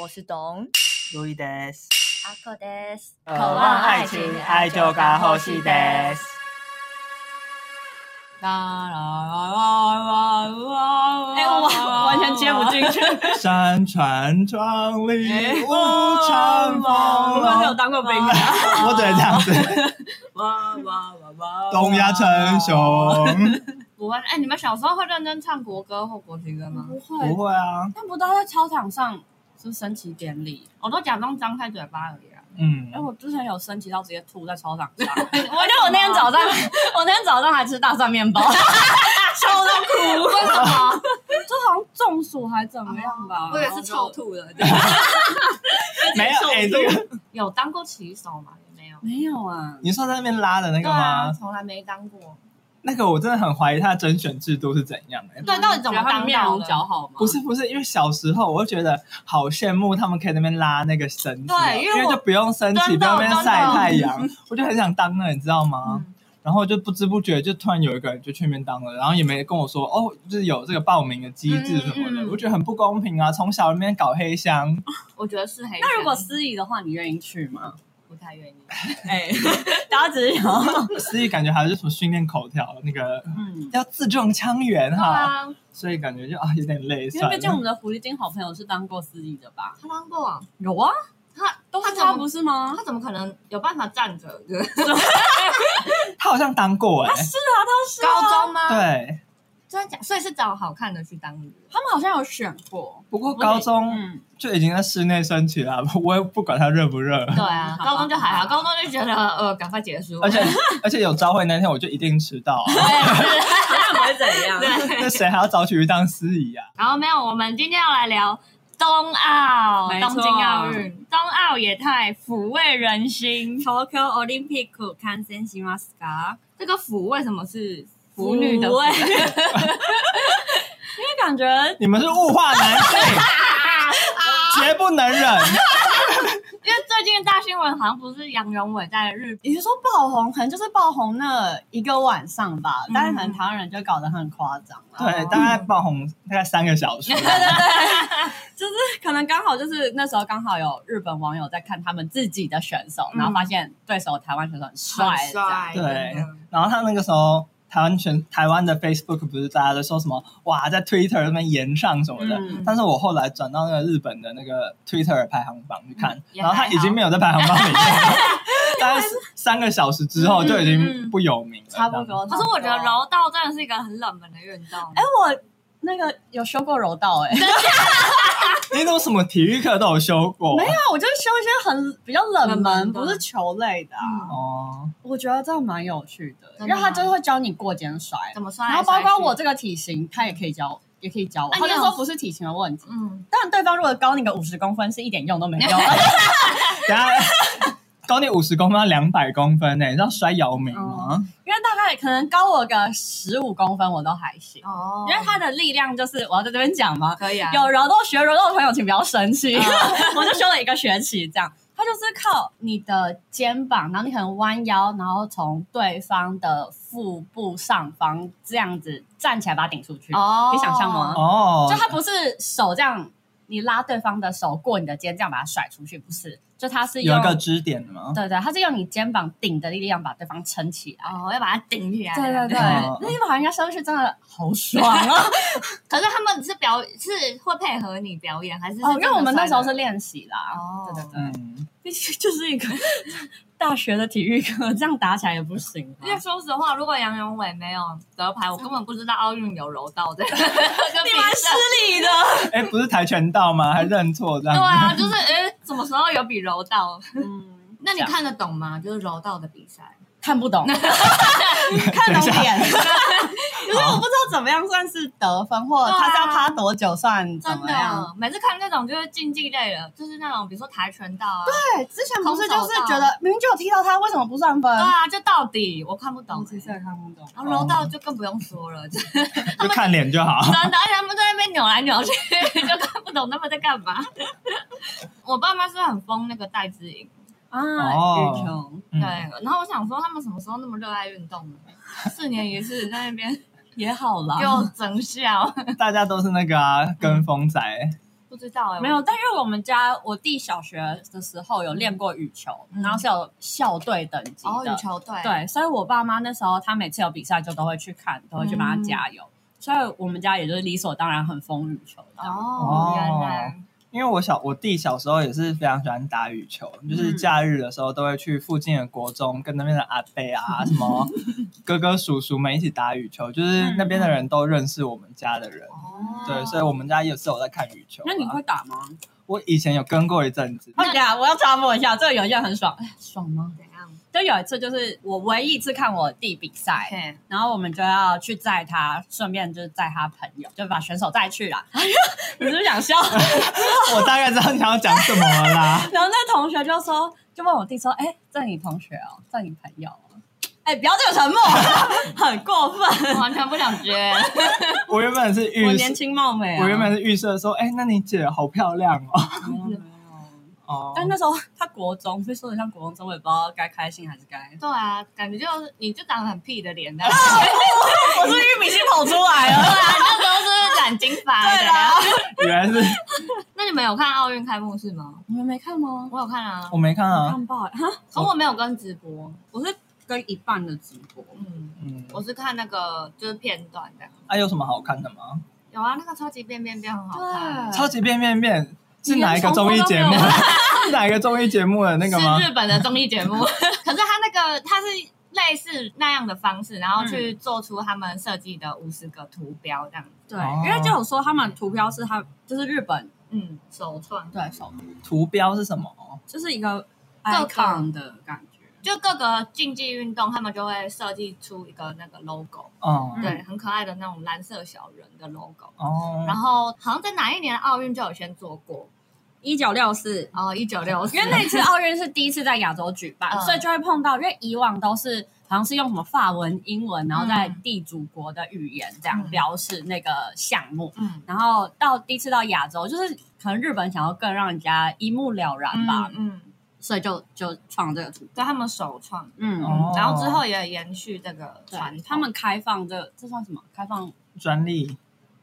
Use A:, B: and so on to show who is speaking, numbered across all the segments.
A: 我是董
B: 路易德斯，
A: 阿克德斯，
B: 渴望爱情，爱就该呼吸德斯。啦啦啦啦啦！
A: 哎、我完全接不进去。
C: 山川壮丽，
B: 哎
C: 五常
B: 我
C: 丰
B: 们是有
C: 隆。
B: 当过兵的。
C: 我只能这样子，
B: 哇哇哇哇！
C: 东亚称雄。
A: 不会，哎、你们小时候会认真唱国歌或国旗歌吗？
D: 不
C: 不
D: 会，
C: 会啊，
D: 但不都在操场上？
A: 是升旗典礼，我都假装张开嘴巴而已啊。
C: 嗯
D: 哎，，我之前有升旗到直接吐在操场上，
A: 我就我那天 早上，我那天早上还吃大蒜面包，
D: 笑到哭。
A: 为什么？
D: 这好像中暑还怎么样吧？
A: 哦我以为是臭
D: 吐的，
C: 没有，哎，这个
A: 有当过骑手吗？也没有。
D: 没有啊。
C: 你说在那边拉的那
A: 对
C: 个
A: 啊，
C: 吗？
A: 从来没当过。
C: 那个我真的很怀疑他的甄选制度是怎样的。
A: 对，到底怎么
D: 觉得他
A: 当
D: 们面
A: 到
D: 容
A: 的？
D: 姣好吗？
C: 不，是不是，因为小时候我就觉得好羡慕他们可以在那边拉那个绳子哦，
A: 对因为
C: 因为
A: 我
C: 就不用升旗，不
A: 真的
C: 用在那边
A: 真的
C: 晒太阳，我就很想当那，你知道吗？
A: 嗯
C: 然后就不知不觉就突然有一个人就去那边当了，然后也没跟我说哦，就是有这个报名的机制什么的，
A: 嗯嗯嗯
C: 我觉得很不公平啊！从小那边搞黑 箱，
A: 我觉得是黑人。
D: 那如果司仪的话，你愿意去吗？
A: 不太愿意，
D: 哎，大家只是想，
C: 所以感觉还是什么训练口条，那个
D: 嗯，
C: 要字正腔圆
A: 对
C: 哈，
A: 啊，
C: 所以感觉就啊有点
D: 因
C: 累，
D: 为
C: 算
D: 毕竟我
C: 了。
D: 们的狐狸精好朋友是当过司仪的吧？
A: 他当过，
D: 有啊，
A: 他
D: 都
A: 他
D: 是
A: 怎
D: 他
A: 么
D: 不是吗？
A: 他怎么可能有办法站着？
C: 他好像当过哎、
D: 是啊，都是啊
A: 高中吗？，
C: 对，
A: 真的假？所以是找好看的去当女
D: 他们好像有选过。
C: 不过高中
D: 嗯，
C: 就已经在室内升旗了，啊 我也不管他热不热。
A: 对啊，
D: 好吧
A: 高中就还好，高中就觉得呃，赶快结束。
C: 而且而且有朝会那天我就一定迟到、 啊，
D: 那不会怎样？
C: 那
A: 对，
C: 谁还要早起去当司仪啊？
A: 然后没有，我们今天要来聊冬奥，
D: 没错
A: 东京奥运，冬奥也太抚慰人心。
D: Tokyo Olympic 看先しますか？
A: 这个抚为什么是
D: 腐
A: 腐女的
D: 味，
A: 抚？
D: 因为感觉
C: 你们是物化男性，绝不能忍。
A: 因为最近大新闻好像不是杨永伟在日
D: 你是说爆红，可能就是爆红那一个晚上吧，但是可
A: 嗯
D: 能台湾人就搞得很夸张啊啦。
C: 对，大概爆红大概三个小 时。
D: 就是可能刚好就是那时候刚好有日本网友在看他们自己的选手，
A: 嗯
D: 然后发现对手台湾选手很帅，
A: 很
D: 这样
A: 帅，
C: 对
A: 真的
C: 然后他那个时候，台湾全台湾的 Facebook 不是大家都说什么哇，在 Twitter 那边言上什么的。
D: 嗯
C: 但是我后来转到那个日本的那个 Twitter 排行榜去
D: 嗯
C: 看，
A: 也
C: 然后他
A: 还
C: 已经没有在排行榜里面了， 大概是三个小时之后就已
A: 嗯嗯
C: 经
A: 嗯
C: 不有名了。
D: 差不多。
A: 可是我觉得柔道真的是一个很冷门的运动。
D: 哎，我那个有修过柔道哎、
C: 这样，你怎么什么体育课都有修过？
D: 没有，我就是修一些很比较冷
A: 冷门
D: 门，
A: 的
D: 不是球类的、啊。
A: 嗯
C: 哦，
D: 我觉得这蛮有趣的，
A: 真的吗
D: 因为他就是会教你过肩摔，
A: 怎么算？
D: 然后包括我，这个体型，他也可以教，也可以教我。
A: 哎
D: 他就
A: 你有
D: 说不是体型的问题，
A: 嗯，
D: 但对方如果高你个五十公分，是一点用都 没有。
C: 等一下 高你五十公分要两百公分呢、你知道摔姚明吗？
D: 因为大概可能高我个十五公分，我都还行。
A: 哦，
D: 因为他的力量就是，我要在这边讲嘛，
A: 可以啊，
D: 有柔道学柔道的朋友，请不要生气， 我就修了一个学期这样。他就是靠你的肩膀，然后你可能弯腰，然后从对方的腹部上方这样子站起来把它顶出去。
A: 哦，
D: 可以想象吗
C: 哦，
D: 就他不是手这样，你拉对方的手过你的肩，这样把它甩出去，不是？就他是
C: 有啊
D: 用
C: 一个支点的吗？
D: 对对，他是用你肩膀顶的力量把对方撑起来。
A: 哦，要把它顶起来。
D: 对对对，
C: 哦
D: 那一把人家上去真的好爽啊！
A: 可是他们是表是会配合你表演，还是是
D: 哦，因为我们那时候是
A: 真的
D: 练习啦。
A: 哦
D: 对对对，
C: 嗯，
D: 毕竟就是一个大学的体育课，这样打起来也不行啊、
A: 摔的？因为说实话，如果杨永伟没有得牌，我根本不知道奥运有柔 道的。你
D: 你蛮失礼的。
C: 哎、不是跆拳道吗？还认错这
A: 对
C: 样子？
A: 啊，就是哎，诶什么时候有比柔道？
D: 嗯，
A: 那你看得懂吗？就是柔道的比赛，
D: 看不 懂，看懂 点，就是我不知道怎么样算是得分，或
A: 对啊
D: 他是要趴多久算怎
A: 真
D: 么样。
A: 的，每次看那种就是竞技类的，就是那种比如说跆拳道啊，
D: 对，之前不是就是觉得明明就有踢到他，为什么不算分？
A: 对啊，就到底我看不懂欸
D: 我。嗯其实也看不懂。
A: 然后柔道就更不用说 了，就
C: 就看脸就好。
A: 真的，而且他们在那边扭来扭去，就看不懂他们在干 嘛。我爸妈是很疯那个戴资颖，
C: 哦
D: 啊，羽球。
C: 嗯
A: 对， 然后我想说他们什么时候那么热爱运动呢？四年一次 在那边
D: 也好啦
A: 给我整笑，
C: 大家都是那个啊，跟风仔，
A: 不知道哎、
D: 没有，但因为我们家我弟小学的时候有练过羽球，
A: 嗯
D: 然后是有校队等级
A: 哦，
D: 的，
A: 羽球队，
D: 对，所以我爸妈那时候他每次有比赛就都会去看，都会去帮他加油，所以我们家也就是理所当然很疯羽球的。
A: 哦，原来
C: 因为我小我弟小时候也是非常喜欢打羽球，
D: 嗯
C: 就是假日的时候都会去附近的国中跟那边的阿伯 啊什么哥哥叔叔们一起打羽球，就是那边的人都认识我们家的人，
A: 哦，
C: 对，所以我们家也是有在看羽球啊。
D: 嗯那你会打吗？
C: 我以前有跟过一阵子，
D: 那呀，我要插哦播一下，这个有一件很爽，哎 爽吗？
A: 怎样？
D: 就有一次，就是我唯一一次看我弟比赛，
A: 对，
D: 然后我们就要去载他，顺便就是载他朋友，就把选手载去 啦。哎呀，你是不是想笑？。
C: 我大概知道你要讲什么了 啦
D: 然后那同学就说，就问我弟说：“哎、这你同学哦，这你朋友哦。”哎、不要这个沉默， 很过分。
A: 完全不想 接。
C: 我原本是预
D: 我
C: 设
D: 年轻貌美、啊，
C: 我原本是预设说，哎、那你姐好漂亮哦。
D: 没有没有嗯
C: 哦，
D: 但那时候他国中，所以说的像国中生，我也不知道该开心还是该……
A: 对啊，感觉就是你就长得很屁的 脸的，
D: 我是玉米须跑出来
A: 对
D: 了。
A: 啊，那时候是染金发的。
D: 对啦，
C: 原来是
A: 那你们有看奥运开幕式吗？
D: 你们没看吗？
A: 我有看啊
C: 我，没看
D: 我
C: 啊，
D: 看爆了，哈
A: 可我没有跟直播，
D: 我是跟一半的直播。
A: 嗯，
C: 嗯，
A: 我是看那个就是片段这样。
C: 啊，有什么好看的吗？
A: 有啊，那个超级变变变很好看
D: 对，
C: 超级变变变是哪一个综艺节
D: 呃
C: 目
D: 你连重播都没有？
C: 是哪一个综艺节目的那个吗
A: 是？日本的综艺节 目，可是他那个他是类似那样的方式，然后去做出他们设计的五十个图标这样子，
D: 对，
C: 哦
D: 因为就有说他们图标是他就是日本
A: 嗯，首创。
D: 对手，
C: 图标是什么？
D: 就是一个
A: 各个
D: icon 的感觉。
A: 就各个竞技运动，他们就会设计出一个那个 logo，、
C: 嗯，
D: 嗯
A: 对，很可爱的那种蓝色小人的 logo。
C: 哦，
A: 然后好像在哪一年的奥运就有先做过，
D: 一九六四，
A: 然后一九六四，
D: 因为那一次奥运是第一次在亚洲举办，
A: 嗯
D: 所以就会碰到，因为以往都是好像是用什么法文、英文，然后在
A: 嗯
D: 地主国的语言这样
A: 嗯
D: 标示那个项目。
A: 嗯
D: 然后到第一次到亚洲，就是可能日本想要更让人家一目了然吧，
A: 嗯，嗯
D: 所以就就创这个图。
A: 对他们首创，
D: 嗯，
C: 哦
A: 然后之后也延续这个
D: 对
A: 传统，
D: 他们开放这这算什么？开放
C: 专利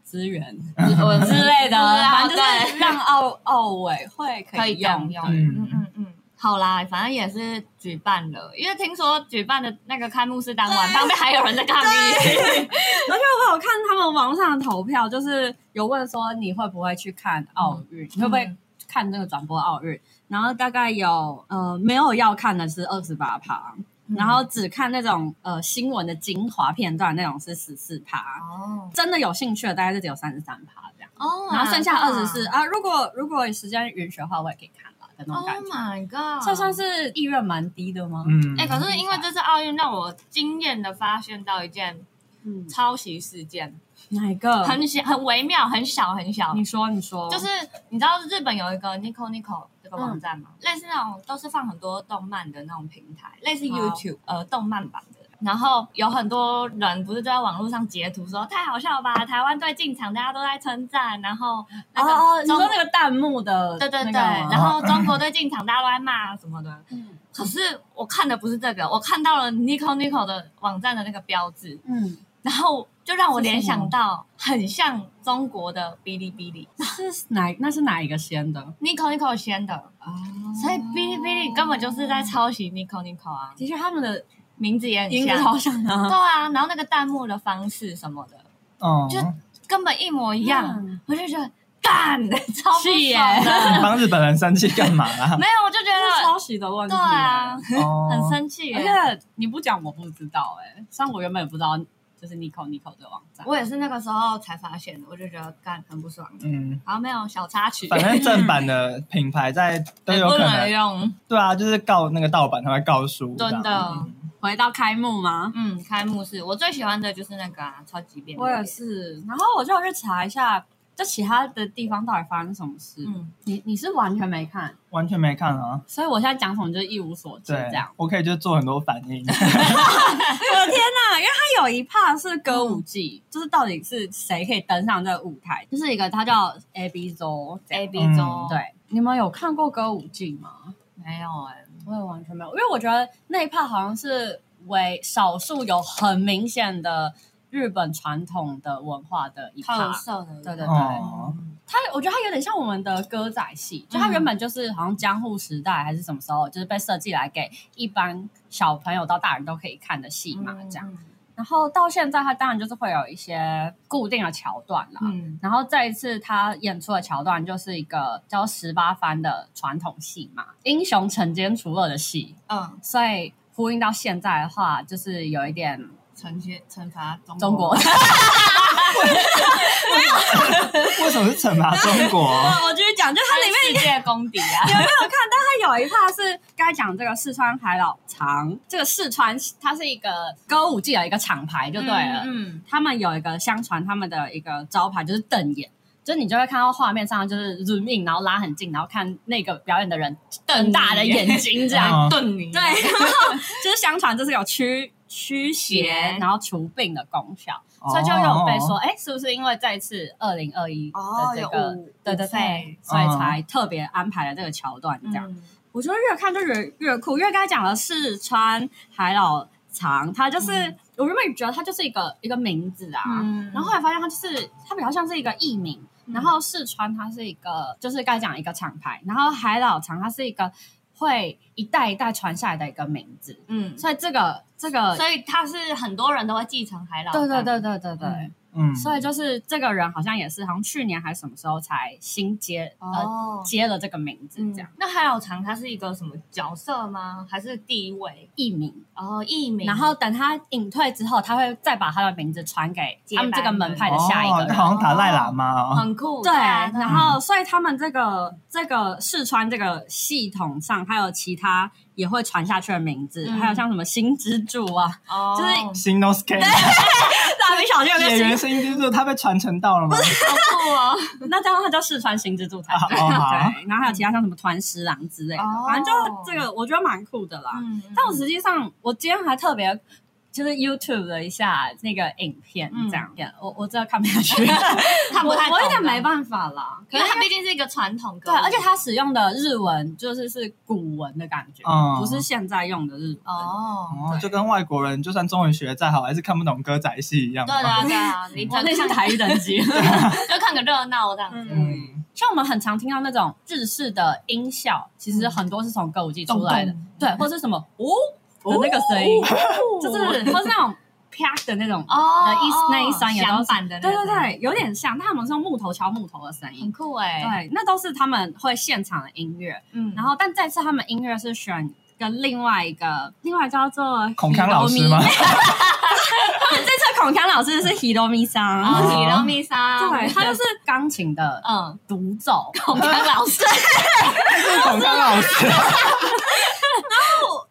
D: 资 源
A: 我
D: 之类的，
A: 不知道
D: 反正就是
A: 啊 对
D: 让奥奥委会
A: 可以
D: 以用。
A: 用用，
C: 嗯
A: 嗯嗯嗯。好啦，反正也是举办了，因为听说举办的那个开幕式当晚，
D: 对
A: 旁边还有人在抗议。
D: 而且我有看他们网上的投票，就是有问说你会不会去看奥运，你会不会看那个转播奥运？然后大概有呃没有要看的是二十八趴，
A: 嗯
D: 然后只看那种呃新闻的精华片段那种是十四趴，
A: 哦
D: 真的有兴趣的大概是只有三十三趴这样，
A: 哦，
D: 然后剩下二十四啊，如果如果时间允许的话，我也可以看啦的那种
A: Oh
D: 感觉。
A: my god！
D: 这算是意愿蛮低的吗？
C: 嗯，
A: 哎、可是因为这次奥运让我惊艳的发现到一件
D: 嗯，
A: 抄袭事件，
D: 哪一个？
A: 很小、很微妙、很小、很小。
D: 你说，你说，
A: 就是你知道日本有一个 Nico Nico 这个网站
D: 嗯
A: 吗？类似那种都是放很多动漫的那种平台，类似
D: 好
A: YouTube 呃动漫版的。然后有很多人不是都在网络上截图说太好笑了吧，台湾队进场，大家都在称赞，然后那个
D: 哦哦，你
A: 中
D: 说那个弹幕的，
A: 对对对，
D: 那个吗
A: 然后中国队进场，大家都在骂什么的。
D: 嗯
A: 可是我看的不是这个，我看到了 Nico Nico 的网站的那个标志，
D: 嗯，
A: 然后就让我
D: 是什么
A: 联想到很像中国的哔哩哔哩
D: 是哪那是哪一个先的？
A: Nico Nico 先的，
D: 哦，
A: 所以哔哩哔哩根本就是在抄袭 Nico Nico 啊，
D: 的确他们的
A: 名字也很
D: 音
A: 像
D: 乐。好像
A: 对
D: 啊，
A: 啊，然后那个弹幕的方式什么的，
C: 嗯，
A: 就根本一模一样，
D: 嗯
A: 我就觉得干， 超不
D: 是耶
A: 爽的。
C: 你帮日本人生气干嘛啊 啦？
A: 没有，我就觉
D: 这是
A: 得
D: 抄袭的问题，
A: 对啊，，
C: 哦
A: 很生气耶。
D: 而且你不讲我不知道哎，虽然我原本也不知道，就是 Nico Nico 这个网站，
A: 我也是那个时候才发现的，我就觉得干很不爽。
C: 嗯，
A: 好，没有小插曲，
C: 反正正版的品牌在都有 可
A: 不能
C: 能，
A: 用。
C: 对啊，就是告那个盗版，他会告输这样。
A: 真的
C: 嗯
D: 回到开幕吗？
A: 嗯，开幕式我最喜欢的就是那个啊，超级变。
D: 我也。是，然后我就有去查一下，就其他的地方到底发生什么事。
A: 嗯，
D: 你你是完全没看，
C: 完全没看啊。
D: 所以我现在讲什么就是一无所知
C: 对
D: 这样。，
C: 我可以就做很多反 应。
D: 我的天呐！因为它有一 part 是歌舞伎，就是到底是谁可以登上这个舞台，就是一个它叫 A B 周这样
A: A B
C: 嗯
A: 周、，
D: 对，你们有看过歌舞伎吗？
A: 没有哎、
D: 我也完全没有，因为我觉得那一 part 好像是为少数有很明显的日本传统的文化的一
A: 特
D: part。
A: 色的，
D: 对对对，
C: 哦，
D: 他我觉得他有点像我们的歌仔戏，就他原本就是好像江户时代还是什么时候，就是被设计来给一般小朋友到大人都可以看的戏嘛，这样。
A: 样，
D: 然后到现在，他当然就是会有一些固定的桥段啦。
A: 嗯
D: 然后这一次他演出的桥段就是一个叫十八番的传统戏嘛，英雄惩奸除恶的戏，
A: 嗯，
D: 所以呼应到现在的话，就是有一点
A: 惩戒惩罚中
D: 中 国。
C: 为什么是惩罚中国？
D: 我继续讲，就它里面
A: 面世界公敌啊，
D: 有没有看？但它有一趴是该讲这个四川海老肠，这个四川它是一个歌舞伎的一个厂牌就对了。
A: 嗯，
D: 他们有一个相传他们的一个招牌就是瞪眼，就是你就会看到画面上就是 zoom in，然后拉很近，然后看那个表演的人瞪大的眼睛这样。
C: 嗯
A: 盾你，啊
D: 对，然后就是相传这是有驱驱邪
A: 邪，
D: 然后除病的功效，
C: 哦
D: 所以就有被说，哎、是不是因为这一次二零二一的
A: 哦，
D: 这
A: 有
D: 个，
A: 五
D: 对对
A: 五费
D: 对，所以才特别安排了这个桥段这样。
A: 嗯
D: 我觉得越看就越越酷，因为刚才讲了四川海老肠，它就是、
A: 嗯
D: 我原本觉得它就是一个一个名字啊，
A: 嗯
D: 然后后来发现它就是它比较像是一个艺名，
A: 嗯
D: 然后四川它是一个就是刚才讲一个厂牌，然后海老肠它是一个会一代一代传下来的一个名字，
A: 嗯，
D: 所以这个这个
A: 所以他是很多人都会继承海老，
D: 对对，对对对对。
A: 嗯
C: 嗯，
D: 所以就是这个人好像也是，好像去年还是什么时候才新接、呃
A: 哦。
D: 接了这个名字
A: 嗯
D: 这样，
A: 那海老长他是一个什么角色吗？还是地位？
D: 艺名
A: 哦，艺名。
D: 然后等他隐退之后，他会再把他的名字传给他们这个门派的下一个
C: 哦，
D: 人。
C: 那好像打赖喇嘛哦，
A: 很酷，
D: 对，
A: 啊
D: 然后所以他们这个这个四川这个系统上，还有其他也会传下去的名字，
A: 嗯
D: 还有像什么新之助 啊，
A: 哦
D: 就是
C: 新 no scan
D: 蜡笔小新有个
C: 演
D: 新，
C: 员声音就是他被传承到了吗？
A: 好酷哦，
D: 那这样他叫四川新之助才
C: 哦
D: 对。
C: 哦好，
D: 对，然后还有其他像什么团十郎之类的，
A: 哦
D: 反正就这个我觉得蛮酷的啦。
A: 嗯，
D: 但我实际上，我今天还特别就是 YouTube 了一下那个影片，
A: 嗯
D: 这样，我我真的看不下 去，
A: 看不太
D: 我，
A: 懂
D: 我有点没办法啦。可
A: 可是
D: 是
A: 它
D: 它
A: 毕竟是一个传统歌
D: 对，
A: 舞，
D: 而且它使用的日文就是是古文的感觉，
C: 嗯
D: 不是现在用的日文。
A: 哦，
C: 哦，就跟外国人就算中文学得再好，还是看不懂歌仔戏一样。
A: 对的啊对啊，你
D: 我
A: 真
D: 那是
A: 看
D: 台语等 级。
A: 就看个热闹这样子，
C: 嗯，
D: 像我们很常听到那种日式的音效，其
A: 嗯
D: 实很多是从歌舞伎出来的，对，或是什 么呜的那个声音，就是或是那种啪的那种
A: 哦
D: 的一
A: 哦
D: 那一三也都是
A: 相反的，
D: 对对，对，有点像，但他们是用木头敲木头的声
A: 很
D: 音。
A: 酷哎，
D: 对，那都是他们会现场的音乐。
A: 嗯
D: 然后，但这次他们音乐是选跟另外一个，另外叫做
C: 孔锵老师吗
D: Hiromi？他 们这次孔锵老师是 Hiromi 桑，
A: 然后
C: 哦
A: 体谅蜜莎，
D: 对，他 就是钢琴的
A: 嗯，
D: 独奏。
A: 孔锵老师，
C: 是孔锵老师，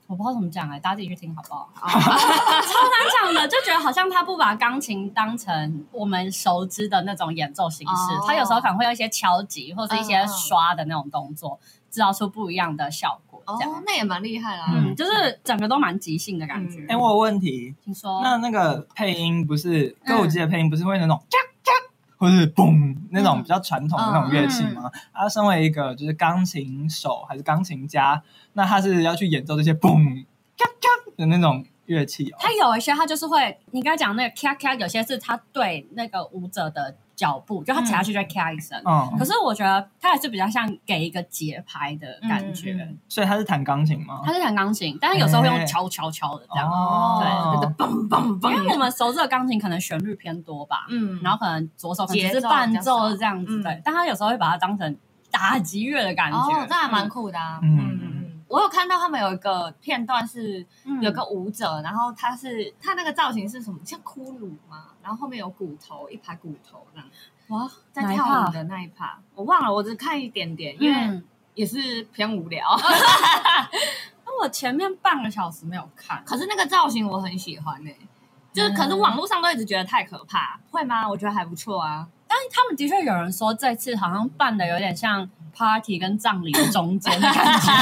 D: 我不知道怎么讲哎、大家自己去听好不好？超难讲的，就觉得好像他不把钢琴当成我们熟知的那种演奏形式，
A: 哦
D: 他有时候可能会有一些敲击或是一些刷的那种动作，制造出不一样的效果，这样。
A: 哦，那也蛮厉害啦，
D: 嗯，就是整个都蛮即兴的感觉。
A: 嗯
C: 哎，我有问题，
D: 听说
C: 那那个配音不是
D: 嗯
C: 歌舞伎的配音不是会有那种咔咔或是嘣那种
D: 嗯
C: 比较传统的那种乐器吗？他嗯啊身为一个就是钢琴手还是钢琴家，那他是要去演奏这些嘣咔咔的那种乐器哦。
D: 他有一些，他就是会，你刚才讲那个咔咔，有些是他对那个舞者的脚步，就他踩下去就会咔一声。
C: 嗯
D: 可，是我觉得他还是比较像给一个节拍的感觉。
A: 嗯嗯嗯
C: 所以他是弹钢琴吗
D: 他？是弹钢琴，但是有时候会用敲敲敲的这样。
C: 哦，
D: 对
A: 嘣嘣
D: 因为我们熟知的钢琴可能旋律偏多吧，
A: 嗯，
D: 然后可能左手可能只是伴奏这样子，
A: 节奏比较少
D: 对。但他有时候会把它当成打击乐的感觉，
A: 哦，那还蛮酷的啊，
C: 嗯
A: 嗯嗯嗯，我有看到他们有一个片段是
D: 嗯
A: 有个舞者，然后他是他那个造型是什么？像骷髅嘛，然后后面有骨头，一排骨头这样，
D: 哇，
A: 在
D: 哪一
A: 跳舞
D: 趴
A: 的那一趴，我忘了，我只看一点点，因为
D: 嗯，
A: 也是偏无聊。
D: 那我前面半个小时没有看，
A: 可是那个造型我很喜欢呢、就是可是
D: 嗯
A: 网络上都一直觉得太可怕，会吗？我觉得还不错啊。
D: 但是他们的确有人说这次好像办的有点像 party 跟葬礼的中间的感 觉，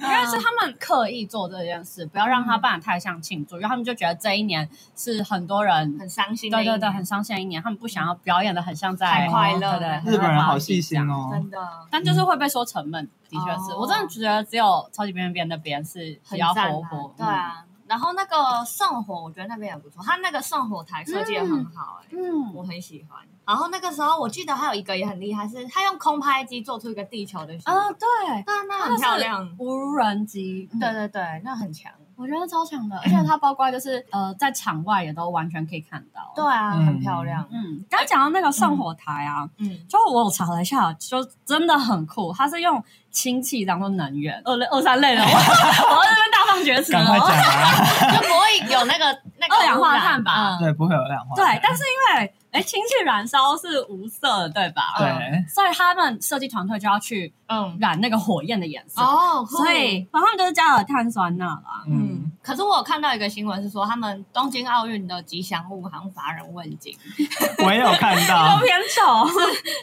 D: 因为是他们刻意做这件事，不要让它办的太像庆祝，因为他们就觉得这一年是很多人
A: 很伤心的
D: 对
A: 一
D: 对
A: 年，
D: 对很伤心的一年，他们不想要表演的很像在
A: 太快乐
D: 对对
A: 了
D: 很像
C: 日本人好
D: party
C: 细心
D: 这样
C: 哦。
A: 真的
D: 但就是会被说沉闷，的确是、
A: 哦
D: 我真的觉得只有超级边边边那边是比
A: 很
D: 较
A: 赞啊
D: 活泼，嗯
A: 对啊。然后那个圣火，我觉得那边也不错，它那个圣火台设计的很好、欸，哎、
D: 嗯，
A: 我很喜欢。然后那个时候我记得还有一个也很厉害，是它用空拍机做出一个地球的形状，
D: 啊，对，
A: 那那
D: 它
A: 很
D: 是
A: 漂亮。
D: 无人机，嗯
A: 对对对，那很强。
D: 我觉得超强的，而且它包括就是呃，在场外也都完全可以看到。
A: 对，啊，
C: 嗯
A: 很漂亮。
D: 嗯，刚才讲到那个圣火台啊，
A: 嗯，
D: 就我有查了一下，就真的很酷，它是用氢气当做能源，二类二三类的，我 我要在这边大放厥词哦
C: 赶快讲
D: 了。
C: 啊！
A: 就不会有那个那个
D: 二氧化碳
A: 污染
D: 吧
A: 嗯
C: 对，不会有二氧化
D: 对
C: 碳。，
D: 但是因为哎，氢气燃烧是无色的，对吧？
A: 对
C: 对，
D: 所以他们设计团队就要去
A: 嗯，
D: 染那个火焰的颜色，
A: 哦，
D: 所以反正他们就是加了碳酸钠啦。
C: 嗯，
A: 嗯，可是我有看到一个新闻是说，他们东京奥运的吉祥物好像乏人问津。
C: 嗯我也有看
D: 都
C: 到
D: 偏丑，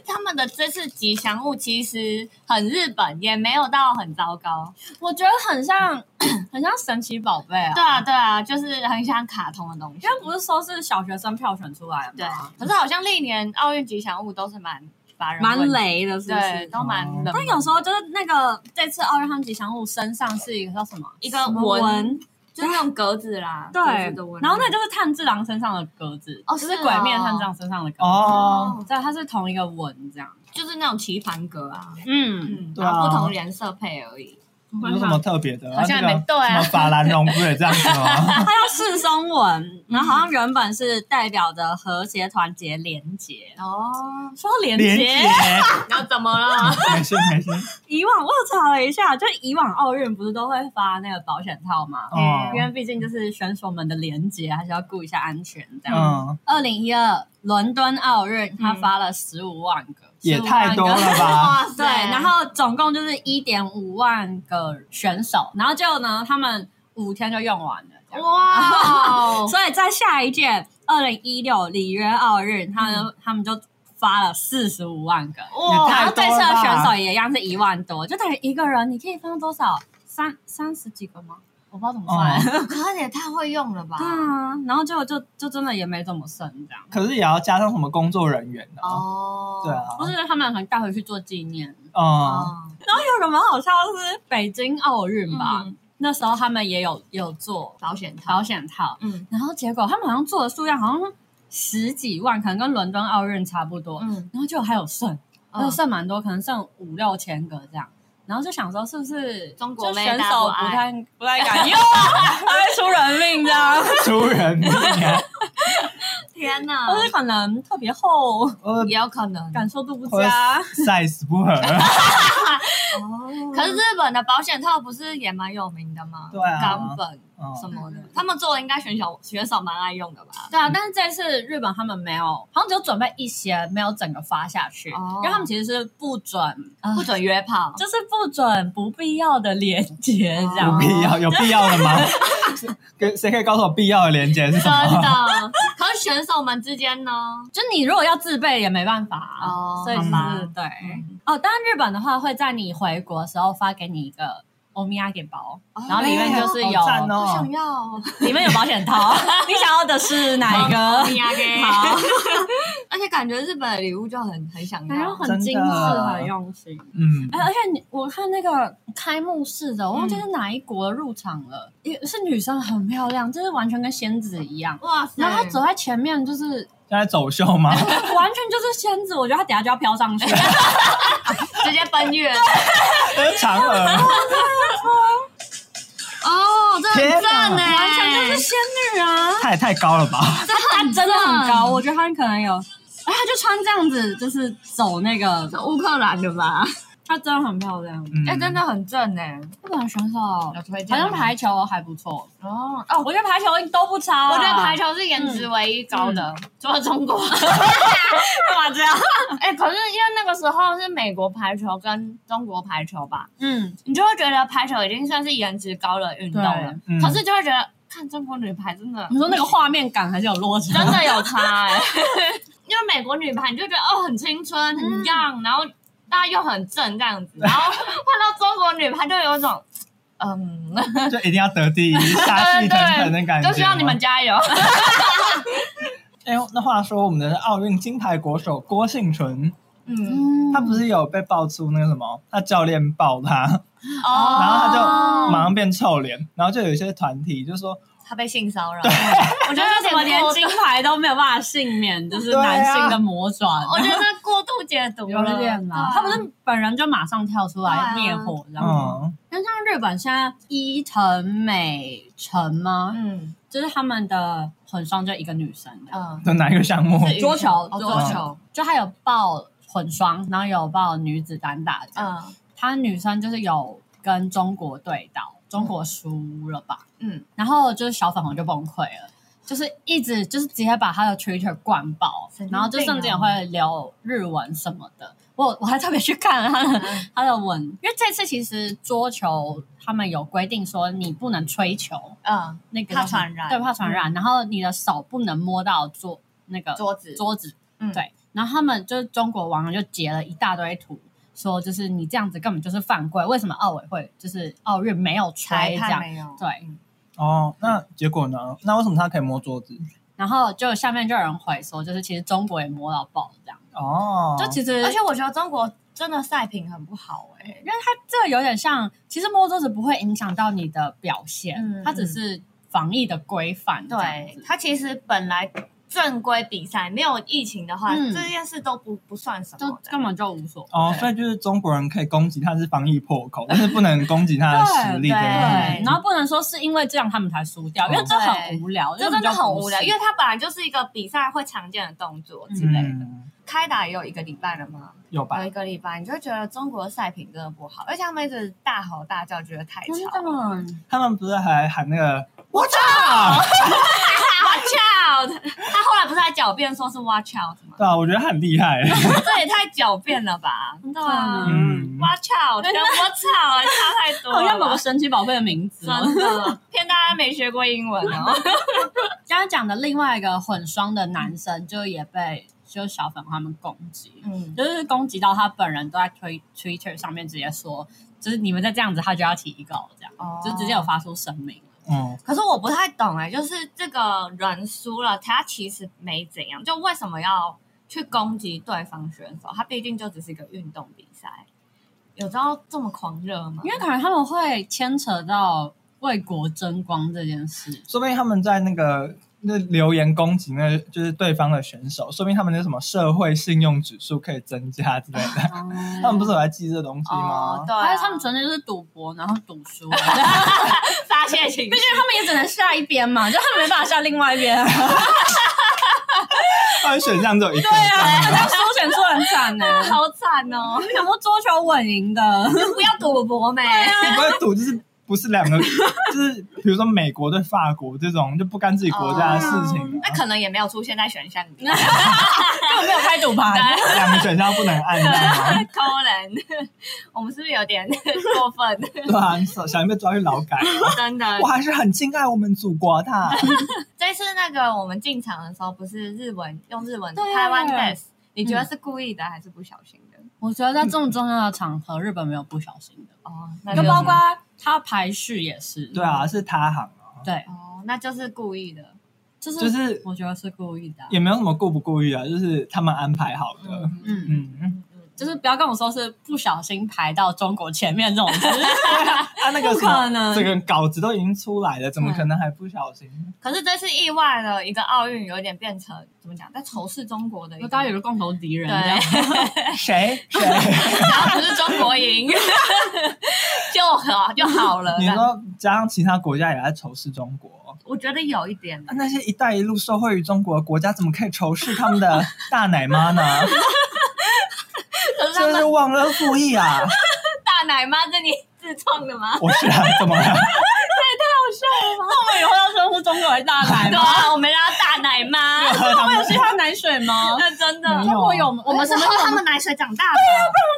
A: 他们的这次吉祥物其实很日本，也没有到很糟糕。
D: 我觉得很像 很像神奇宝贝啊。
A: 对啊，对啊，就是很像卡通的东西
D: 因。为不是说是小学生票选出来的
A: 对啊
D: 吗？，
A: 可是好像历年奥运吉祥物都是蛮乏人问
D: 蛮
A: 津，
D: 雷的，是不哦
A: 对，
D: 是？
A: 都蛮冷门。
D: 但有时候就是那个这次奥运他们吉祥物身上是一个叫什么
A: 一个
D: 什么
A: 纹
D: 纹，
A: 就是那种格子啦，
D: 对
A: 格子的纹，
D: 然后那就是炭治郎身上的格子，
A: 哦
D: 就是
A: 是
D: 鬼
A: 哦
D: 面炭治郎身上的格子。
C: 哦，
D: 对，它是同一个纹这样。
A: 就是那种棋盘格啊，
D: 嗯，
A: 嗯，
C: 对啊
A: 然后不同颜色配而已。
C: 有什么特别的？
A: 好像
C: 啊这个
A: 也没对啊
C: 什么法兰绒不是也这样子吗？
D: 它叫赤松纹，然后好像原本是代表着和谐、团结、廉洁。
A: 哦，
D: 说廉
C: 连
D: 洁
C: 结，
A: 然后怎么 了？
C: 没事没事。
D: 以往我有查了一下，就以往奥运不是都会发那个保险套吗？
C: 哦
D: 因为毕竟就是选手们的廉洁，还是要顾一下安全这样。
C: 嗯，
D: 二零一二伦敦奥运，他发了十五万个，
C: 也
D: 15万
C: 太多了
D: 个。
C: 吧？
A: 塞
D: 对，然后总共就是一点五万个选手，然后就呢，他们五天就用完了。这样
A: 哇哦
D: 所以在下一届二零一六里约奥运，他们、他们就发了四十五万个，
C: 也
D: 然
C: 哦太
D: 后
C: 多
D: 对
C: 了吧
D: 射选手也一样是一万多，就等于一个人你可以放多少？三三十几个吗？我不知道怎么算。
C: 哦
A: 可是也太会用了吧
D: 对？啊，然后就就就真的也没怎么剩这样，
C: 可是也要加上什么工作人员呢？
A: 哦，
C: 对啊，
D: 不是他们可能带回去做纪念。
C: 嗯，
A: 哦，
D: 然后有个蛮好笑的是北京奥运吧，
A: 嗯
D: 那时候他们也有有做
A: 保险套
D: 保，险套，
A: 嗯
D: 然后结果他们好像做的数量好像十几万，可能跟伦敦奥运差不多。
A: 嗯，
D: 然后就还有剩，还有
A: 嗯
D: 剩蛮多，可能剩五六千个这样。然后就想说，是不是
A: 中国
D: 就
A: 妹
D: 选
A: 大
D: 手
A: 不
D: 不
A: 爱
D: 太不太敢 用啊，还会出人命这样，
C: 出人命啊，
A: 天哪
D: 或是可能特别厚，
C: 呃
A: 也有可能。
D: 感受度不
C: 或者
D: 佳。
C: size 不合。
D: 哦
A: 可是日本的保险套不是也蛮有名的吗？
C: 对啊
A: 冈本
C: 嗯
A: 什么的
D: 嗯，
A: 他们做的应该选手选手蛮爱用的吧？
D: 对啊，但是这次日本他们没有，好像只有准备一些，没有整个发下去，
A: 哦
D: 因为他们其实是不准，啊
A: 不准约炮，
D: 就是不准不必要的连接这样。
C: 有
A: 哦
C: 必要？有必要的吗？ 跟谁可以告诉我必要的连接是什
A: 真
C: 么？
A: 的。 可是选手们之间呢？
D: 就你如果要自备也没办法啊
A: 哦
D: 所以就
C: 好吧
D: 是对、
A: 嗯
D: 哦。当然日本的话会在你回国的时候发给你一个欧米亚给包，然后里面就是有、
C: 哦好赞
A: 我哎想
C: 哦！
A: 要
D: 里面有保险套， 你想要的是哪 一
A: 哦
D: 个？
A: 好， 而且感觉日本的礼物就很很想
D: 感觉
A: 要，
D: 很精致，
C: 真的
D: 很用心。
C: 嗯，
D: 哎，而且你我看那个开幕式的，我忘记
A: 嗯
D: 是哪一国入场了，也是女生很漂亮，就是完全跟仙子一样。
A: 哇塞！
D: 然后她走在前面，就是 完
C: 现在走秀吗？
D: 全就是仙子，我觉得她等下就要飘上去。
A: 直接奔月
C: 嫦娥，
A: 哦，这
C: 天
A: 很
C: 哪
A: 赞欸呢，
D: 完全就是仙女啊！
C: 太太高了吧？
D: 她真的很高，我觉得她可能有，哎，她就穿这样子，就是走那个，
A: 乌克兰的吧？
D: 她真的很漂亮。
C: 嗯
A: 哎，真的很正哎，
D: 日本选 手欸好
A: 推
D: 像排球还不错，
A: 哦，
D: 哦，我觉得排球都不差啊。
A: 我觉得排球是颜值唯一高的，除了中国。
D: 干嗯嘛这样？
A: 哎，可是因为那个时候是美国排球跟中国排球吧，
D: 嗯，
A: 你就会觉得排球已经算是颜值高的运动了
D: 对，
C: 嗯
A: 可是就会觉得看中国女排真的，
D: 你说那个画面感还是有落差，
A: 真的有差哎、 因为美国女排你就觉得哦很青春很 young，、然后大家又很正这样子，然后换到中国女排就有一种嗯，
C: 就一定要得第一，杀气腾腾的感觉。
A: 就希望你们。加 油。
C: 哎，那话说，我们的奥运金牌国手郭幸存，
A: 嗯，
D: 嗯
C: 他不是有被爆出那个什么，他教练爆他，
A: 哦
C: 然后他就
D: 哦
C: 马上变臭脸，然后就有一些团体就说。
A: 他被性骚扰，
D: 我觉得这怎么连金牌都没有办法幸免，就是男性的魔爪，
A: 啊 我觉得这过度解读
D: 有
A: 了，嗯
D: 点啦。他不是本人就马上跳出来
A: 啊
D: 灭火，然后，
C: 嗯，
D: 但像日本现在伊藤美诚吗？
A: 嗯
D: 就是他们的混双就一个女生的，
A: 嗯，
C: 都哪一个项目？
A: 是羽
D: 桌球
A: 哦
D: 桌
A: 桌
D: 球
A: 球，
D: 就她有报混双，然后有报女子单打这样。
A: 嗯
D: 她女生就是有跟中国对到，中国输了吧？
A: 嗯，
D: 然后就是小粉红就崩溃了。就是一直就是直接把她的 Twitter 灌爆
A: 神经，病
D: 然后就甚至也
A: 哦
D: 会留日文什么的。我我还特别去看了她的
A: 嗯
D: 他的文，因为这次其实桌球他们有规定说你不能吹球，
A: 嗯，
D: 那个
A: 怕传染嗯
D: 对，怕传染。然后你的手不能摸到桌那个
A: 桌子
D: 桌子，
A: 嗯
D: 对。然后他们就是中国网友就截了一大堆图，说就是你这样子根本就是犯规，为什么奥委会就是奥运没有
A: 裁
D: 吹这
A: 判
D: 样？
A: 没有，
D: 对，
C: 哦，那结果呢？那为什么他可以摸桌子？
D: 然后就下面就有人回说，就是其实中国也摸到爆这样，
C: 哦，
D: 就其实
A: 而且我觉得中国真的赛评很不好哎，
D: 这有点像，其实摸桌子不会影响到你的表现，
A: 嗯
D: 它只是防疫的规范这样
A: 对
D: 子。
A: 他其实本来正规比赛没有疫情的话，
D: 嗯
A: 这件事都不不算什
D: 就
A: 么的，
D: 根本就无所谓。
C: 哦，所以就是中国人可以攻击他是防疫破口，但是不能攻击他的实力
D: 对
C: 这
A: 对
C: 件
A: 对哦
C: 事
D: 然后不能说是因为这样他们才输掉，因为这很无聊，
A: 这真的很无聊，因
D: 为
A: 为它本来就是一个比赛会常见的动作之
C: 情
A: 类的。
C: 嗯，
A: 开打也有一个礼拜了吗？
C: 有吧
A: 有？一个礼拜，你就会觉得中国的赛品真的不好，而且他们一直大吼大叫，觉得太
D: 真
A: 吵了。
D: 的
C: 他们不是还喊那个“我操
A: ，Watch out！他后来不是还狡辩说是 Watch out ”？吗？
C: 对啊，我觉得他很 厉害。
A: 这也太狡辩了吧？
D: 真的啊
A: 对啊
C: 嗯，
A: ，Watch out 跟我操差太多
D: 好啊像某
A: 了
D: 个。神奇宝贝的名字哦。
A: 真的骗大家没学过英文哦，
D: 刚刚讲的另外一个混双的男生，就也被就是小粉红他们攻击，
A: 嗯，
D: 就是攻击到他本人都在推 Twitter 上面直接说，就是你们再这样子，他就要提告这样，
A: 哦
D: 就直接有发出声明。
C: 嗯，
A: 可是我不太懂哎、就是这个人输了，他其实没怎样，就为什么要去攻击对方选手？他毕竟就只是一个运动比赛，有到这么狂热吗？
D: 因为可能他们会牵扯到为国争光这件事。
C: 说不定他们在那个那留言攻击那就是对方的选手，说不定他们的什么社会信用指数可以增加之类的。
D: 哦
C: 他们不是有在记这东西
A: 哦
C: 吗，？
A: 对啊、
D: 还有他们纯粹就是赌博，然后赌输了，
A: 发泄情绪
D: 毕，竟他们也只能下一边嘛，就他们没办法下另外一边。对
C: 他们选项只有一个。
D: 啊，他们输钱输得很惨呢。
A: 好惨哦！
D: 想说桌球稳赢的，
A: 不要赌博没？
C: 你不会赌就是不是两个， 就是比如说美国对法国这种就不干自己国家的事情、
A: 那
C: 啊，
A: 可能也没有出现在选项里。
D: 哦 根本没有开赌盘。
A: 对，
C: 两个选项不能按 到吗？
A: 扣人，我们是不是有点过分？
C: 对啊，你小小心被抓去劳改。
A: 真的
C: 我，还是很敬爱我们祖国的。
A: 这次那个我们进场的时候，不是日文用日文
D: 对
A: 台湾 best，你觉得是故意的还是不小心的？
D: 我觉得在这么重要的场合，日本没有不小心的，
A: 哦，那
D: 就
A: 就
D: 包
A: 是
D: 括他排序也是。
C: 对啊，是他行啊，
D: 对，
A: 哦，那就是故意的。
D: 就是
C: 就是
D: 我觉得是故意的啊。
C: 也没有什么故不故意啊，就是他们安排好的。
D: 嗯，
A: 嗯
C: 嗯，
A: 嗯嗯
D: 就是不要跟我说是不小心排到中国前面这种 事。
C: 他啊那个
D: 不
C: 什
D: 可
C: 么，
D: 能
C: 这个稿子都已经出来了，怎么可能还不小心？
A: 可是这次意外的一个奥运，有点变成怎么讲，在仇视中国的一
D: 就
A: 个，
D: 大家有个共同敌人
A: 对，
D: 这样。哎
C: 谁谁？
A: 然后不是中国赢， 就好就好了。
C: 你说加上其他国家也在仇视中国，啊
A: 我觉得有一点啊
C: 那些“一带一路”受惠于中国的国家，怎么可以仇视他 们的大奶妈呢？这是忘恩负义啊！
A: 大奶妈这你自创的吗？
C: 我是啊，怎么了？
D: 那我们以后要称呼中国为大奶
A: 对
D: 吗？
A: 啊，我们叫大奶妈，
C: 他
D: 我有
C: 们
D: 稀他奶水吗？
A: 那真的，
C: 没有
D: 中
A: 我
D: 啊国有，我们
A: 们
D: 怎
A: 是
D: 么
A: 喝
D: 我
A: 他
D: 们
A: 们奶啊水长大的，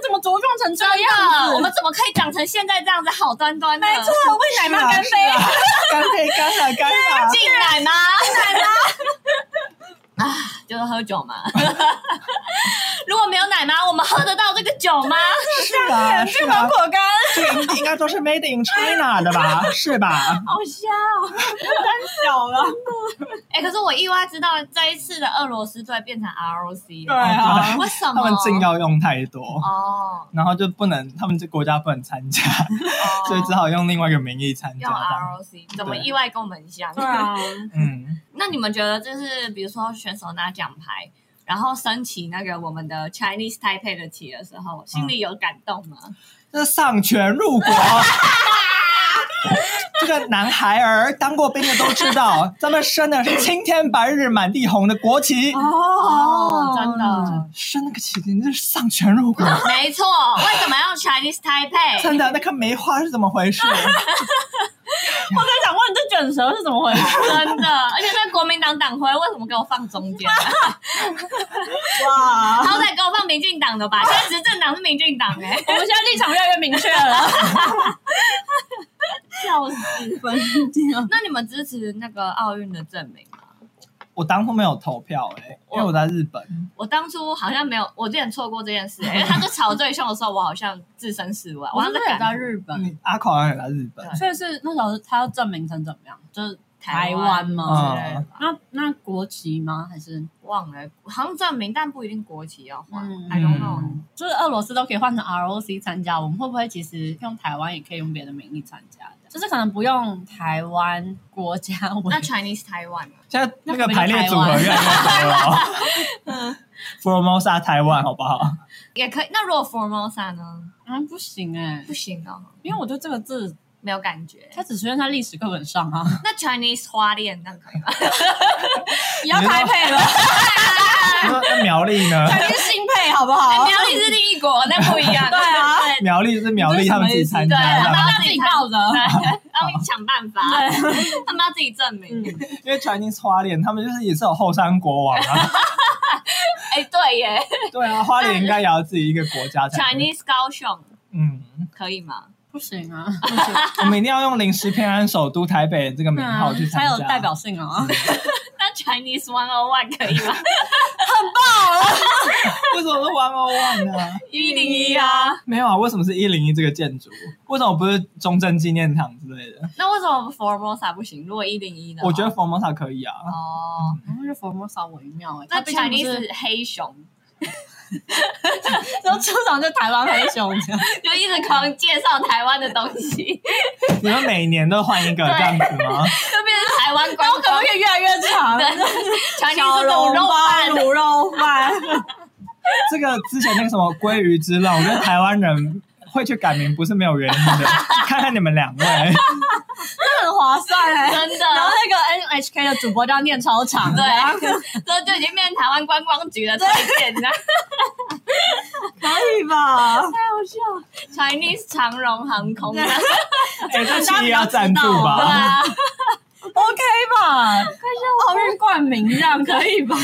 D: 怎么茁壮成这
A: 真
D: 样
A: 的，
D: 子？
A: 我们怎么可以长成现在这样子好端端的？
D: 没错，为奶妈干杯
C: 是！啊，干杯，干了，干啊 了！
A: 进奶妈，奶妈。 啊，就是喝酒嘛。 如果没有奶妈，我们喝得到这个酒吗？
C: 是啊，是
D: 去
C: 啊
D: 芒，果干，
C: 这个应应该都是 Made in China 的吧？ 是吧？
A: 好笑哦，
C: 太小了，
A: 哎、可是我意外知道这一次的俄罗斯队变成 ROC
C: 对
A: 了，
C: 啊，
A: 为什
C: 他
A: 么？
C: 们禁药用太多，
A: 哦，
C: 然后就不能，他们这国家不能参加，
A: 哦啊
C: 所以只好用另外一个名义参加。
A: 用
C: 这样
A: ROC，怎么意外跟我们很像？
D: 对啊，
C: 嗯，
A: 那你们觉得，就是比如说选手拿奖牌，然后升起那个我们的 Chinese Taipei 的旗的时候，心里有感动吗？
D: 嗯
C: 这丧权辱国。 这个男孩儿当过兵的都知 道，咱们升的是青天白日满地红的国旗，
A: 哦真的，
C: 升那个旗真是丧权辱国。
A: 没错，为什么要 Chinese
C: 真
A: Taipei？
C: 的，那颗梅花是怎么回 事？
D: 我在想问你这卷舌是怎么 回事？
A: 真的，而且那国民党党徽为什么给我放中间、啊？
B: 哇，
A: 好歹给我放民进党的吧，现在执政党是民进党哎、
D: 我们现在立场越来越明确了。
A: 笑死！
B: 疯掉！
A: 那你们支持那个奥运的证明吗？
C: 我当初没有投票哎、因为我在日本。
A: 我当初好像没有，我之前错过这件事、欸，因为他在吵最凶的时候，我好像置身事外，我
D: 我
A: 好
D: 是不
A: 像
D: 是
A: 在
D: 也在嗯
A: 感
D: 日本？
C: 你阿考好像也在日本，
A: 嗯对
D: 所以是那时候他要证明成怎么样？就是台
A: 台
D: 湾
A: 湾
D: 吗？嗯
A: 之类的吧
D: 那那国旗吗？还是
A: 忘了，好像证明，但不一定国旗要换。
D: 嗯
A: I don't know。
D: 就是俄罗斯都可以换成 ROC 参加，我们会不会其实用台湾也可以用别的名义参加的？就是可能不用台湾国家
A: 那
D: 为
A: Chinese 台湾呢？
C: 现在那个排列组合越来越多 了。Formosa 台湾好不 好？
A: 也可以。那如果 Formosa 呢？
D: 嗯不行哎、
A: 不行哦，
D: 因为我对这个 字
A: 没有感觉。
D: 它只出现在历史课本上啊，
A: 那 Chinese 花恋那可以吗？
D: 也要台 配了，
C: 那那苗栗 呢？
D: 肯定姓配好不好？
A: 哎苗栗是另一国，那不一样。
D: 对啊
A: 对
C: 苗栗是苗栗他们自己参
A: 对，
C: 加
A: 他
C: 的啊，
A: 们要
D: 他
A: 自
D: 自
A: 己
D: 己
A: 报，
D: 报的。
A: 他们想办法，他们要自己证明。
C: 因为 Chinese 花莲他们就是也是有后山国 王啊。
A: 哎，对耶
C: 对啊，花莲应该也要自己一个国家才对。
A: ，Chinese 高雄
C: 嗯，
A: 可以吗？
D: 不行 啊，
C: 我们一定要用临时偏安首都台北这个名号去参
D: 才
C: 加。
D: 有代表性啊！
A: 那 Chinese One O One 可以吗？
C: 为什么是 One O One 呢？
A: 一零一啊，
C: 没有啊，为什么是一零一这个建筑？为什么不是中正纪念堂之类的？
A: 那为什么 Formosa 不行？如果一零一呢？
C: 我觉得 Formosa 可以啊。
A: 哦，
D: 然后就佛摩萨微妙哎，
A: 那
D: 它毕竟不 是
A: Chinese 黑熊
D: 然后出场就台湾黑熊这样，
A: 就一直狂介绍台湾的东 西，
C: 你们每年都换一个
A: 对
C: 这样子吗？
A: 就变成台湾观
D: 然后可
A: 光
D: 不。可以越来越长？
A: 对，全是
D: 小
A: 卤
D: 笼
A: 肉
D: 包、
A: 饭，
D: 卤肉 饭，
C: 这个之前那个什么鲑鱼之乱，我觉得台湾人会去改名不是没有原因的。看看你们 两位，
D: 这很划算哎。
A: 真的。
D: 然后那个 NHK 的主播这样念超长，
A: 对
D: 然后，
A: 这就已经变成台湾观光局的推荐了。
B: 可以吧？
A: 太好笑了！Chinese 长荣航空 的，对
C: 哎、这企业要赞助吧？
A: 啊，
D: OK 吧？奥运冠名这样可以吧？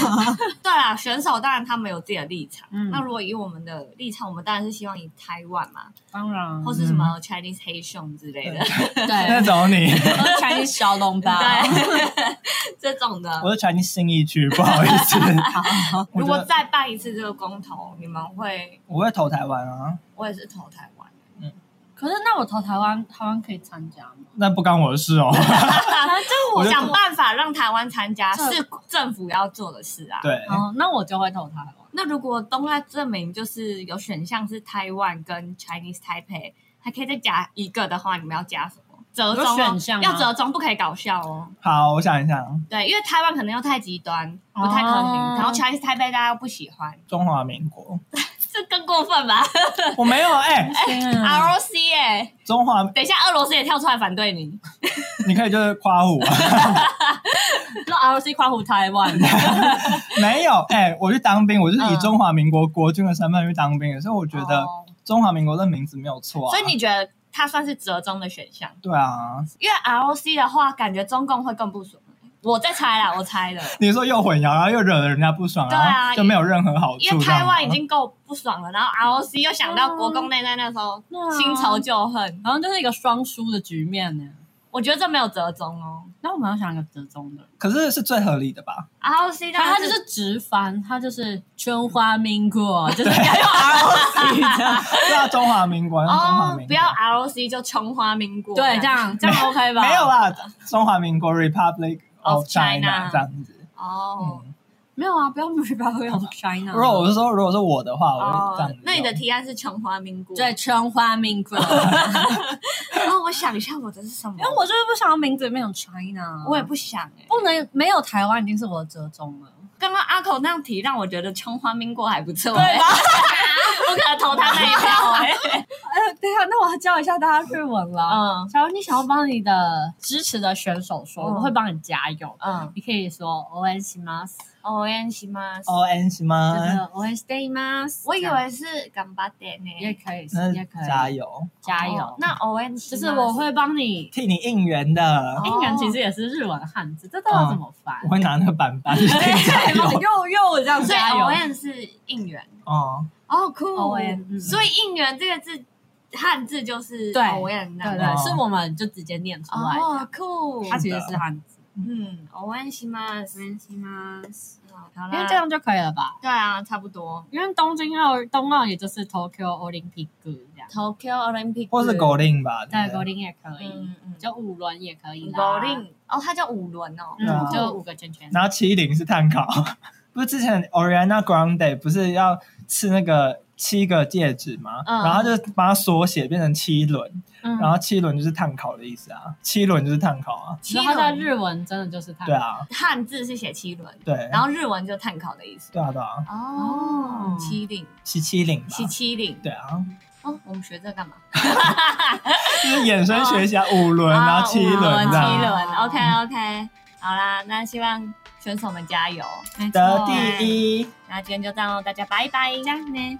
A: 对啊，选手当然他们有自己的立场。
D: 嗯
A: 那如果以我们的立场，我们当然是希望以台湾嘛，
D: 当然
A: 或是什么 Chinese 黑熊之类的，
C: 那
D: 对，
C: 种你，
D: 全是小笼包。
A: 对， 这种的。
C: 我是传你新一区，不好意思。我觉
A: 如果
C: 得
A: 再办一次这个公投，你们会？
C: 我会投台湾啊，
A: 我也是投台湾。
D: 可是那我投台湾，台湾可以参加吗？
C: 那不干我的 事哦。
A: 就
C: 我
A: 我
C: 就
A: 想办法让台湾参加
D: 这
A: 是政府要做的事啊。。
C: 对，
D: 哦，那我就会投台湾。
A: 那如果东亚证明就是有选项是台湾跟 Chinese Taipei，还可以再加一个的话，你们要加什么？折中、哦、
D: 有选项吗
A: 要折中，不可以搞笑哦。
C: 好，我想一想，
A: 对，因为台湾可能又太极端，不太可行。
D: 哦
A: 然后 Chinese Taipei 大家又不喜欢，
C: 中华民国，
A: 这更过分吧、
C: 我没有哎、
D: 哎，
A: ROC 哎、
C: 中华
A: 等一下俄罗斯也跳出来反对你，
C: 你可以就是夸我，
D: 那 ROC 夸胡台 湾，
C: 没有哎、我去当兵，我就是以中华民国国军的身份去当兵的，所以我觉得
A: 嗯哦
C: 中华民国这名字没有错、啊。
A: 所以你觉得它算是折中的选项？
C: 对啊，
A: 因为 ROC 的话，感觉中共会更不爽。我在猜啦，我猜 的。
C: 你说又混淆，然后又惹了人家不爽，
A: 对啊
C: 然后就没有任何好处。
A: 因为台湾
C: 这
A: 已
C: 样吗
A: 经够不爽了，然后 ROC 又想到国共内战那时候
D: 对啊
A: 新仇旧恨，
D: 然后就是一个双输的局面呢。
A: 我我觉得这没有折中哦。
D: 那我们要想一个折中的，
C: 可是是最合理的 吧？
A: ROC
D: 他他啊就是直翻，他就是中华民国，就是该用 ROC 这样，
C: 对哎啊，中华民国，用中华
A: 哦
C: 民国，，
A: 不要 ROC 就琼花民国，
D: 对，这啊样这样 OK 吧？
C: 没有，啦，中华民国 Republic of
A: Of China
C: China 这样子。
A: 哦。
C: 嗯，
D: 没有啊，不要 Republic of China。
C: 如果我是说，如果嗯是我的话，我会这样
A: 嗯哦
C: 子，
A: 那你的
C: 用
A: 提案是琼花民国，
D: 对，中华民国，
A: 然后我想一下我的是什么，
D: 因为我就是不想要名字里面有 China，
A: 我也不想哎、
D: 不能没有台湾已经是我的折中了，
A: 刚刚阿口那样提，让我觉得琼花民国还不错，
D: 对吧？
A: 我可能投他那一票 哎、
D: 哎，等一下，那我还教一下大家日文啦。
A: 嗯
D: 假如你想要帮你的支持的选手说，
A: 嗯
D: 我会帮你加油。
A: 嗯，
D: 你可以说応援します，
A: 応援します。
C: O N 行吗
D: 就是？応援しています。
A: 我以
D: 这样
A: 为是干巴点呢，
D: 也可以，
C: 那
D: 也可以
C: 加油，
D: 加油
A: 哦。那 O N
D: 就是我会帮你。
C: 替你应援的，
A: 哦
D: 应援其实也是日文汉字，这到底要怎么翻
C: 哦 我？会拿那个板 板替你加
D: 帮你
C: 油。
D: 又又这样
A: 所以 O
D: 加油。
A: N 是应援
C: 哦，
A: 哦，酷
D: ON 嗯
A: 所以应援这个字汉字就是
D: 对
A: O N
D: 对
C: 哦
D: 对，是我们就直接念出来的，
A: 哦，酷，
D: 它其实是汉字。
A: 嗯，O N します，哦好
D: 因为
A: 啦，
D: 这样就可以了吧？
A: 对啊，差不多。
D: 因为东京奥冬奥也就是 Tokyo Olympic 这样，
A: Tokyo Olympic，
C: 或是
A: 狗
C: 狗令吧，
D: 对，
C: 不
D: 五零也可以，
A: 嗯嗯，
D: 就五轮也可以啦。
A: 狗，令哦，它叫五轮哦，
C: 对啊
D: 嗯，就五个圈圈。
C: 然后七零是碳烤，不是之前 Oriana Grande 不是要吃那个七个戒指吗？
A: 嗯
C: 然后他就把它缩写变成七轮，
D: 嗯
C: 然后七轮就是碳烤的意思啊，七轮就是碳烤啊，
A: 七
D: 然后它在
A: 轮
D: 日文真的就是它。
C: 对啊，
A: 汉字是写七轮，
C: 对，
A: 然后日文就碳烤的意思。
C: 对啊对啊，
A: 哦，
D: 哦
A: 七零
C: 七七零吧，
A: 七七零，
C: 对啊，
A: 哦，我们学这干嘛？
C: 就是衍生学一下五轮，然后七
A: 啊五
C: 轮
A: 轮
C: 这
A: 七
C: 样，
A: 轮，OK OK，好啦，那希望选手们加油。
D: 没错
C: 得第一。
A: 那今天就这样喽，大家拜拜，这样呢。